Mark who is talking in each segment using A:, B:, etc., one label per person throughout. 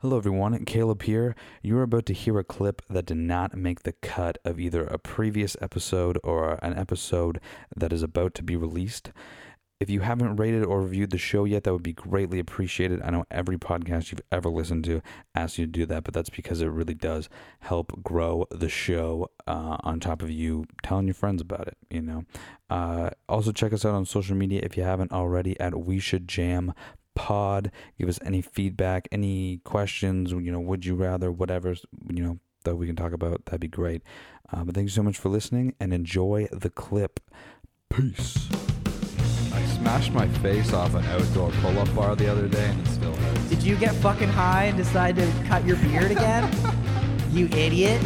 A: Hello, everyone. Caleb here. You are about to hear a clip that did not make the cut of either a previous episode or an episode that is about to be released. If you haven't rated or reviewed the show yet, that would be greatly appreciated. I know every podcast you've ever listened to asks you to do that, but that's because it really does help grow the show uh, on top of you telling your friends about it, you know. Uh, also, check us out on social media if you haven't already at We Should Jam pod give us any feedback any questions you know would you rather whatever you know that we can talk about that'd be great uh, but thank you so much for listening and enjoy the clip peace
B: I smashed my face off an outdoor pull-up bar the other day, and it still hurts.
C: Did you get fucking high and decide to cut your beard again? you idiot.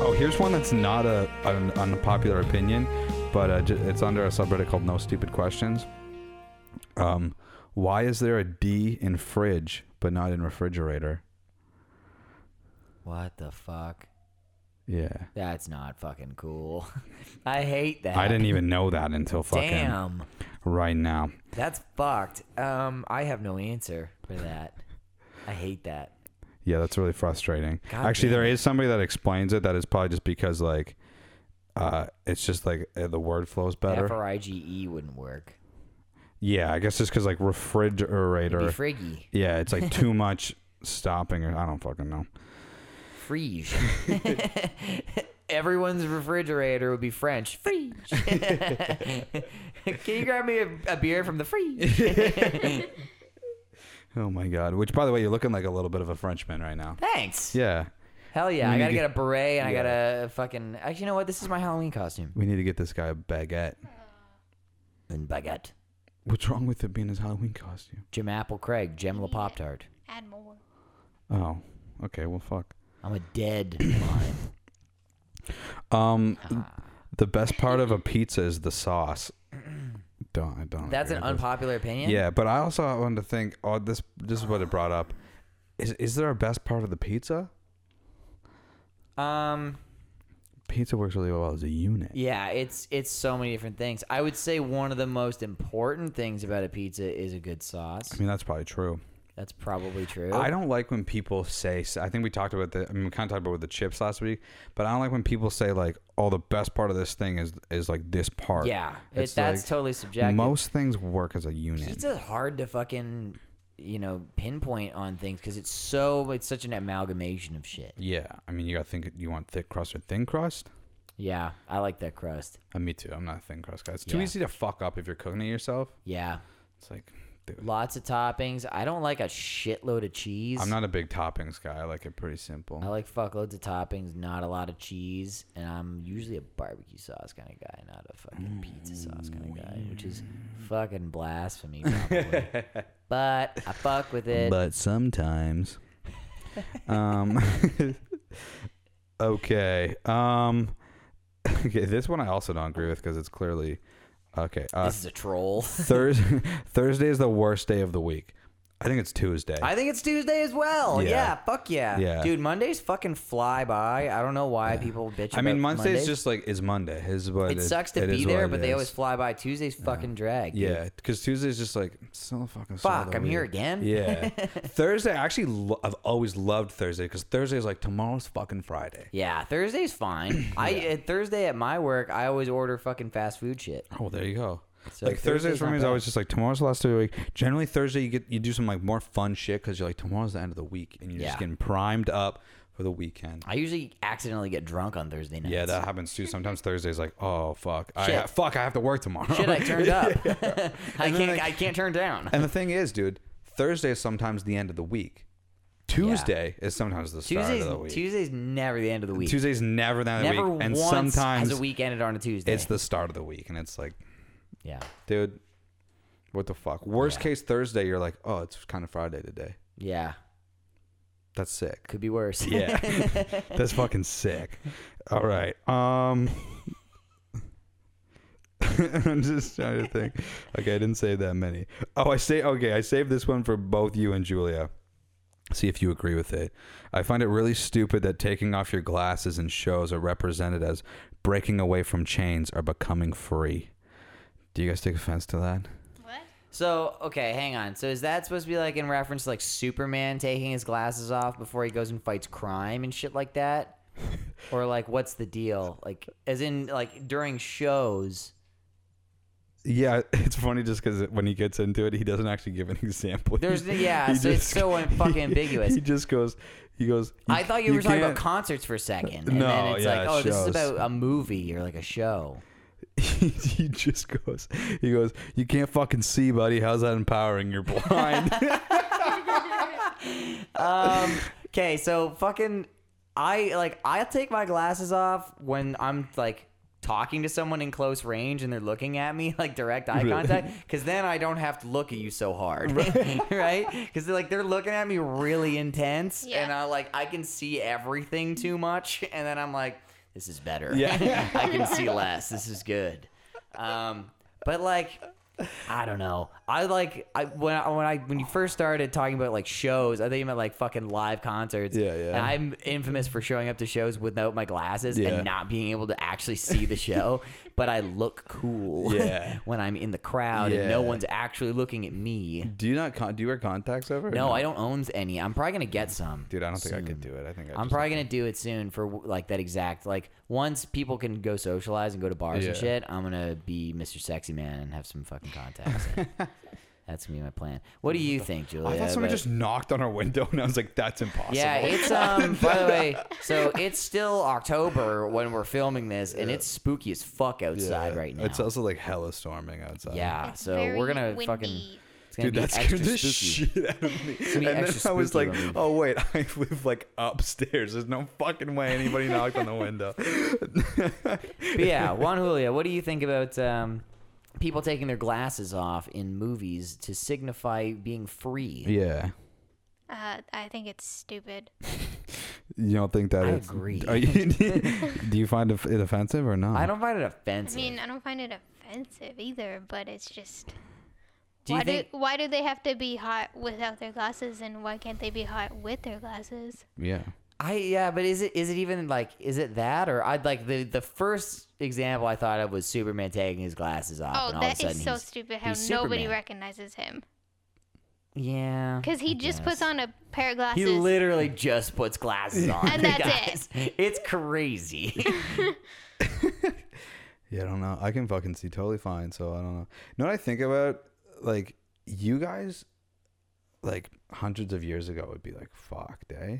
B: Oh, here's one that's not a an unpopular opinion, but uh, ju- it's under a subreddit called "No Stupid Questions." Um, why is there a D in fridge but not in refrigerator?
C: What the fuck?
B: Yeah,
C: That's not fucking cool. I hate that.
B: I didn't even know that until fucking
C: Damn.
B: right now.
C: That's fucked. Um, I have no answer for that. I hate that.
B: Yeah, that's really frustrating.
C: God
B: Actually,
C: damn
B: there is somebody that explains it. That is probably just because like, uh, it's just like uh, the word flows better.
C: F R I G E wouldn't work.
B: yeah, I guess just because like refrigerator.
C: Be friggy.
B: Yeah, it's like too much stopping. Or, I don't fucking know.
C: Frige. Everyone's refrigerator would be French. Frige. Can you grab me a, a beer from the frige?
B: Oh my god. Which, by the way, you're looking like a little bit of a Frenchman right now.
C: Thanks.
B: Yeah,
C: Hell yeah!
B: We
C: I
B: need
C: gotta
B: to-
C: get a beret and I
B: Yeah.
C: gotta fucking. Actually, you know what? This is my Halloween costume.
B: we need to get this guy a baguette.
C: And baguette.
B: What's wrong with it being his Halloween costume?
C: Jim Apple Craig, Gem La Pop Tart.
D: Add more.
B: Oh, okay. Well, fuck.
C: I'm a dead line.
B: Um,
C: Ah.
B: the best part of a pizza is the sauce. Don't I don't.
C: That's
B: agree
C: an
B: with this.
C: unpopular opinion.
B: Yeah, but I also wanted to think. Oh, this this is what it brought up. Is is there a best part of the pizza?
C: Um.
B: Pizza works really well as a unit.
C: Yeah. It's it's so many different things. I would say one of the most important things about a pizza is a good sauce.
B: I mean, that's probably true.
C: That's probably true.
B: I don't like when people say. I think we talked about the. I mean, we kind of talked about with the chips last week, but I don't like when people say like, "Oh, the best part of this thing is is like this part."
C: Yeah, it-
B: It's
C: that's
B: like,
C: totally subjective.
B: Most things work as a unit.
C: Pizza's hard to fucking you know pinpoint on things because it's so it's such an amalgamation of shit.
B: Yeah, I mean, you gotta think. You want thick crust or thin crust?
C: Yeah, I like that crust.
B: Uh, me too. I'm not a thin crust guy. It's too
C: Yeah.
B: easy to fuck up if you're cooking it yourself.
C: Yeah,
B: It's like, dude,
C: lots of toppings. I don't like a shitload of cheese.
B: I'm not a big toppings guy. I like it pretty simple.
C: I like fuckloads of toppings, not a lot of cheese, and I'm usually a barbecue sauce kind of guy, not a
B: Mm,
C: fucking pizza sauce kind of guy, which is fucking blasphemy, probably. but I fuck with it.
B: but sometimes um okay um okay this one i also don't agree with because it's clearly okay uh
C: this is a troll.
B: thursday thursday is the worst day of the week i think it's tuesday
C: I think it's Tuesday as well.
B: Yeah.
C: Yeah, fuck yeah.
B: Yeah.
C: Dude, Mondays fucking fly by. I don't know why people bitch
B: I mean
C: about
B: monday's just like is monday is what
C: It sucks to
B: it
C: be
B: is what
C: there,
B: it
C: but they always
B: is.
C: fly by. Tuesday's fucking drag. dude.
B: yeah because tuesday's just like still the fucking start of
C: Fuck,
B: the
C: I'm here
B: week.
C: again.
B: yeah thursday I actually lo- i've always loved thursday because thursday is like tomorrow's fucking friday
C: Yeah, Thursday's fine. I at Thursday at my work, I always order fucking fast food shit.
B: Oh, there you go.
C: So
B: like Thursdays
C: Thursday's
B: for
C: not
B: me is
C: bad.
B: always just like tomorrow's the last day of the week. Generally Thursday you get you do some like more fun shit because you're like tomorrow's the end of the week and you're just
C: Yeah.
B: getting primed up for the weekend.
C: I usually accidentally get drunk on Thursday nights.
B: yeah, that happens too. Sometimes Thursday's like, oh fuck, I
C: Shit.
B: fuck, I have to work tomorrow.
C: shit I turned up. I
B: And then
C: can't
B: they-
C: I can't turn down.
B: and the thing is, dude, Thursday is sometimes the end of the week. Tuesday is sometimes the start
C: Tuesday's
B: of the week.
C: Tuesday's never the end of the week.
B: Tuesday's never the end of the
C: never
B: week, and
C: once
B: sometimes
C: has a week ended on a Tuesday.
B: it's the start of the week, and it's like,
C: yeah.
B: dude, what the fuck? Worst
C: Yeah.
B: case Thursday, you're like, oh, it's kind of Friday today.
C: Yeah.
B: That's sick.
C: Could be worse.
B: Yeah. That's fucking sick. All right. Um I'm just trying to think. Okay, I didn't save that many. Oh, I say okay, I saved this one for both you and Julia. See if you agree with it. I find it really stupid that taking off your glasses in shows are represented as breaking away from chains or becoming free. Do you guys take offense to that?
D: What?
C: So okay, hang on. So is that supposed to be like in reference to like Superman taking his glasses off before he goes and fights crime and shit like that? or like what's the deal? Like as in like during shows.
B: Yeah, it's funny just because when he gets into it, he doesn't actually give an example.
C: There's-
B: He-
C: yeah,
B: he
C: so it's so un- fucking
B: he-
C: ambiguous.
B: He just goes, he goes.
C: I thought you were talking about
B: can't-
C: concerts for a second. And then
B: No,
C: it's
B: yeah,
C: like, oh, this is
B: shows.
C: about a movie or like a show.
B: he, he just goes, he goes, you can't fucking see, buddy. How's that empowering? You're blind.
C: Um, okay, so fucking, I like I take my glasses off when I'm like talking to someone in close range and they're looking at me like direct eye
B: Really?
C: contact because then I don't have to look at you so hard, right? Because they're like they're looking at me really intense
D: Yeah.
C: and I like I can see everything too much and then I'm like this is better.
B: Yeah.
C: I can see less. This is good. Um, but like, I don't know. I like I when I, when I when you first started talking about like shows, I think you meant like fucking live concerts.
B: Yeah, yeah.
C: And I'm infamous for showing up to shows without my glasses
B: Yeah.
C: and not being able to actually see the show, but I look cool
B: Yeah.
C: when I'm in the crowd and no
B: Yeah.
C: one's actually looking at me.
B: do you not con- do you wear contacts ever?
C: No, I don't own any. I'm probably gonna get some.
B: Dude, I don't think I
C: soon.
B: could do it. I think I
C: I'm
B: just-
C: probably gonna do it soon for like that exact like once people can go socialize and go to bars and
B: Yeah.
C: shit. I'm gonna be Mr. Sexy Man and have some fucking contacts. in. That's gonna be my plan. What do you think, Julia?
B: I thought someone
C: about-
B: just knocked on our window, and I was like, that's impossible.
C: yeah, it's um. by the way, so it's still October when we're filming this, and it's spooky as fuck outside right now.
B: It's also like hella storming outside.
C: yeah,
D: It's
C: Uh, so
D: very
C: we're gonna
D: windy.
C: fucking. It's gonna
B: Dude,
C: be
B: that
C: extra
B: scared the
C: spooky.
B: shit out of me. And
C: be
B: then
C: extra
B: I was
C: spooky
B: like,
C: when we-
B: oh, wait, I live like upstairs. There's no fucking way anybody knocked on the window.
C: But yeah, Juan Julia, what do you think about um, people taking their glasses off in movies to signify being free?
B: Yeah.
D: Uh, I think it's stupid.
B: You don't think that
C: I
B: it's.
C: agree.
B: Are you, do you find it offensive or not?
C: I don't find it
D: I
C: offensive.
D: mean, I don't find it offensive either, but it's just.
C: do you
D: why
C: think?
D: do why do they have to be hot without their glasses, and why can't they be hot with their glasses?
B: Yeah.
C: I yeah, but is it is it even like is it that or I'd like the the first example I thought of was Superman taking his glasses off. and
D: Oh,
C: all
D: that
C: of a sudden
D: is so
C: he's-
D: stupid. How
C: he's
D: nobody
C: Superman.
D: recognizes him
C: Yeah,
D: because he
C: I
D: just
C: guess.
D: puts on a pair of glasses.
C: He literally just puts glasses on,
D: And that's
C: it. It's crazy.
B: Yeah, I don't know. I can fucking see totally fine, so I don't know. You know what I think about? Like, you guys, like, hundreds of years ago would be like, fucked, eh?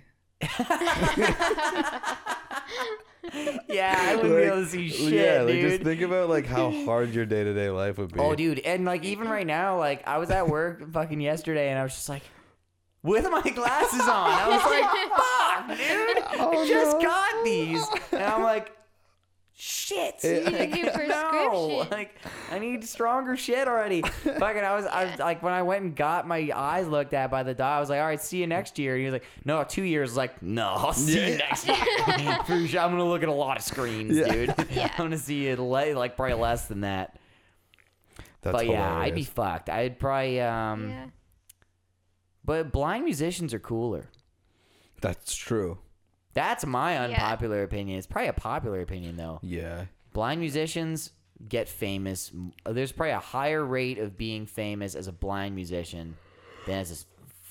C: yeah, I wouldn't be
B: Like,
C: able to see shit,
B: yeah, like,
C: dude.
B: just think about, like, how hard your day to day life would be.
C: Oh, dude, and like even right now, like I was at work fucking yesterday, and I was just like, with my glasses on, I was like, "Fuck, dude, I just got these," and I'm like, "Shit,
D: You need a
C: like,
D: new
C: no,
D: prescription.
C: like I need stronger shit already." fucking, I was, I was like, when I went and got my eyes looked at by the doc, I was like, "All right, see you next year." And he was like, "No, two years." I was like, "No, I'll see you next year." For sure, I'm gonna look at a lot of screens, dude.
D: Yeah.
C: I'm gonna see it le- like probably less than that
B: That's
C: but yeah, I'd be
B: hilarious.
C: fucked. I'd probably um
D: yeah.
C: but blind musicians are cooler.
B: That's true.
C: That's my
D: Yeah.
C: unpopular opinion. It's probably a popular opinion though.
B: Yeah.
C: Blind musicians get famous. m- There's probably a higher rate of being famous as a blind musician than as a s-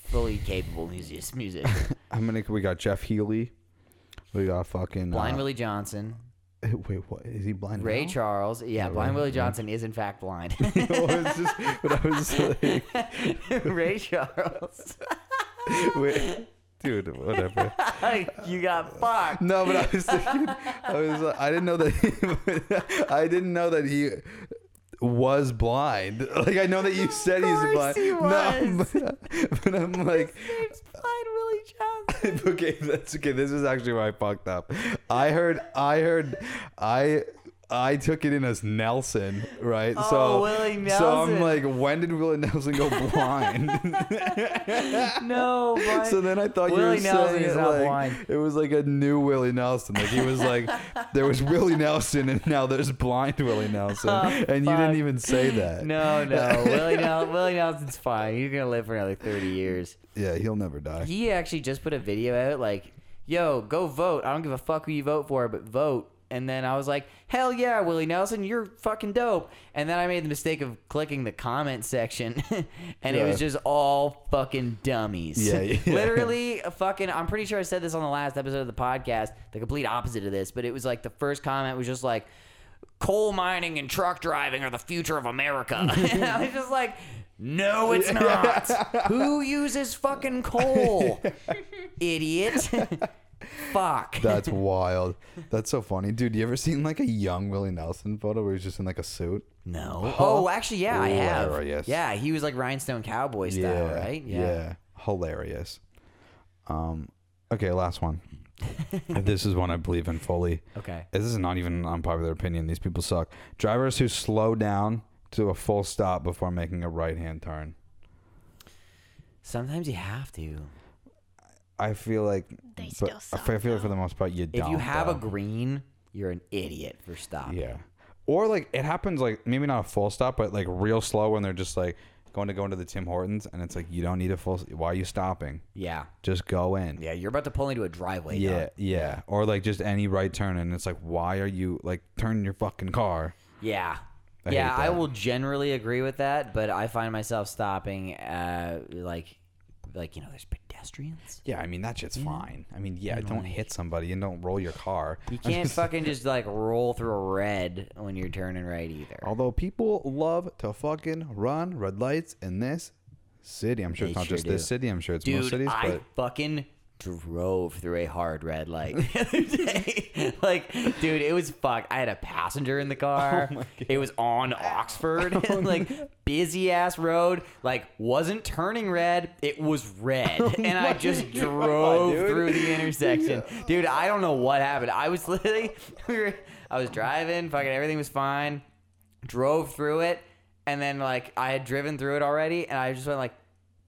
C: fully capable music- musician.
B: How many? We got Jeff Healy. We got fucking
C: Blind
B: uh,
C: Willie Johnson,
B: Wait, what is he blind?
C: Ray
B: now?
C: Charles. Yeah, Blind Willie Johnson is in fact blind.
B: Well, it's just what I was like,
C: Ray Charles.
B: wait, dude, whatever.
C: you got fucked.
B: No, but I was thinking, I was, uh, I didn't know that, he, I didn't know that he was blind. Like I know that you said he's
C: course
B: blind.
C: he was.
B: No, but, but I'm like,
C: Name's Blind Willie Johnson.
B: okay, that's okay. This is actually where I fucked up. I heard, I heard, I. I took it in as Nelson, right?
C: Oh, Willie
B: So I'm
C: Nelson.
B: like, when did Willie Nelson go blind?
C: No, blind.
B: so then I thought you were
C: Willie Nelson
B: saying
C: is
B: it
C: not
B: like
C: blind.
B: it was like a new Willie Nelson. Like he was like, there was Willie Nelson, and now there's blind Willie Nelson,
C: Oh,
B: and you
C: fuck.
B: didn't even say that.
C: No, no, Willie, Nel- Willie Nelson's fine. He's gonna live for another thirty years.
B: Yeah, he'll never die.
C: He actually just put a video out like, "Yo, go vote. I don't give a fuck who you vote for, but vote." and then I was like, "Hell yeah, Willie Nelson, you're fucking dope." And then I made the mistake of clicking the comment section, and it was just all fucking dummies.
B: Yeah, yeah.
C: literally a fucking. I'm pretty sure I said this on the last episode of the podcast, the complete opposite of this, but it was like the first comment was just like, "Coal mining and truck driving are the future of America." and I was just like. No, it's not. Who uses fucking coal? Idiot. Fuck.
B: That's wild. That's so funny, dude. You ever seen like a young Willie Nelson photo where he's just in like a suit?
C: No. Oh, actually, yeah, I have.
B: Hilarious.
C: Yeah, he was like rhinestone cowboy style, right?
B: Yeah. Hilarious. Um. Okay, last one. this is one I believe in fully.
C: Okay.
B: This is not even an unpopular opinion. These people suck. Drivers who slow down to a full stop before making a right-hand turn.
C: Sometimes you have to.
B: I feel like,
D: They
B: but
D: still
B: I
D: suck.
B: feel I feel for the most part you
C: If
B: don't.
C: you have a
B: though.
C: green, you're an idiot for stopping.
B: Yeah. Or like it happens like maybe not a full stop, but like real slow when they're just like going to go into the Tim Hortons and it's like you don't need a full. Why are you stopping?
C: Yeah.
B: Just go in.
C: Yeah, you're about to pull into a driveway.
B: Yeah,
C: dog.
B: yeah. Or like just any right turn and it's like why are you like turn your fucking car?
C: Yeah.
B: I
C: yeah,
B: hate
C: I
B: that.
C: will generally agree with that, but I find myself stopping uh like like you know, there's pedestrians.
B: Yeah, I mean that shit's
C: Mm-hmm.
B: fine. I mean, yeah, don't hit somebody and don't roll your car.
C: You can't fucking just like roll through a red when you're turning right either.
B: Although people love to fucking run red lights in this city. I'm sure
C: They
B: it's not
C: sure
B: just this
C: do.
B: city. I'm sure it's most
C: Dude,
B: cities,
C: I
B: but
C: fucking drove through a hard red light the other day. like, dude, it was fucked. I had a passenger
B: Oh
C: in the car. it was on Oxford, like busy ass road. Like, wasn't turning red. It was red,
B: Oh
C: and I just drove through the intersection. Dude, I don't know what happened. I was literally, we were, I was driving. Fucking everything was fine drove through it and then like I had driven through it already and I just went like,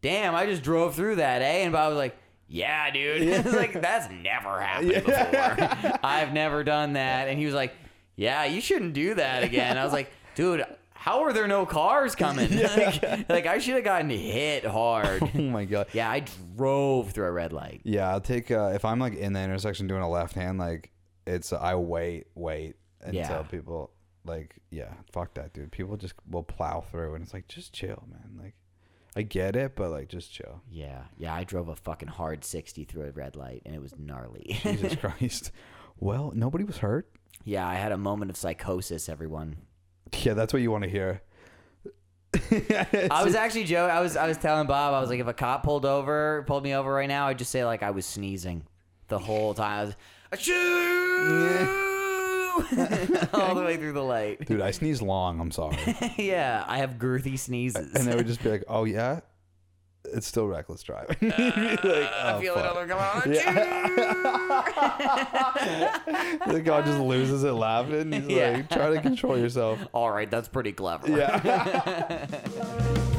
C: damn, I just drove through that, eh? And Bob was like, yeah, dude. it's like that's never happened before. I've never done that. And he was like, yeah, you shouldn't do that again. I was like, dude, how are there no cars coming? like, like I should have gotten hit
B: oh
C: hard.
B: my god.
C: yeah, I drove through a red light.
B: Yeah, I'll take uh, if I'm like in the intersection doing a left hand, like it's I wait, wait until
C: Yeah.
B: people like yeah, fuck that dude. People just will plow through and it's like just chill, man. Like I get it, but like just chill.
C: Yeah, yeah, I drove a fucking hard sixty through a red light and it was gnarly.
B: Jesus Christ. Well, nobody was hurt.
C: yeah, I had a moment of psychosis, everyone.
B: Yeah, that's what you want to hear.
C: I was actually joking. I was I was telling Bob. I was like, if a cop pulled over, pulled me over right now, I'd just say like I was sneezing the whole time. I was, "Achoo!" all the way through the light.
B: Dude, I sneeze long, I'm sorry.
C: yeah, I have girthy sneezes.
B: and they would just be like, "Oh yeah, it's still reckless driving." You'd be like, "Oh,
C: I feel
B: fuck."
C: another come on.
B: The guy just loses it laughing. He's
C: Yeah.
B: like, "Try to control yourself."
C: All right, that's pretty clever.
B: Yeah.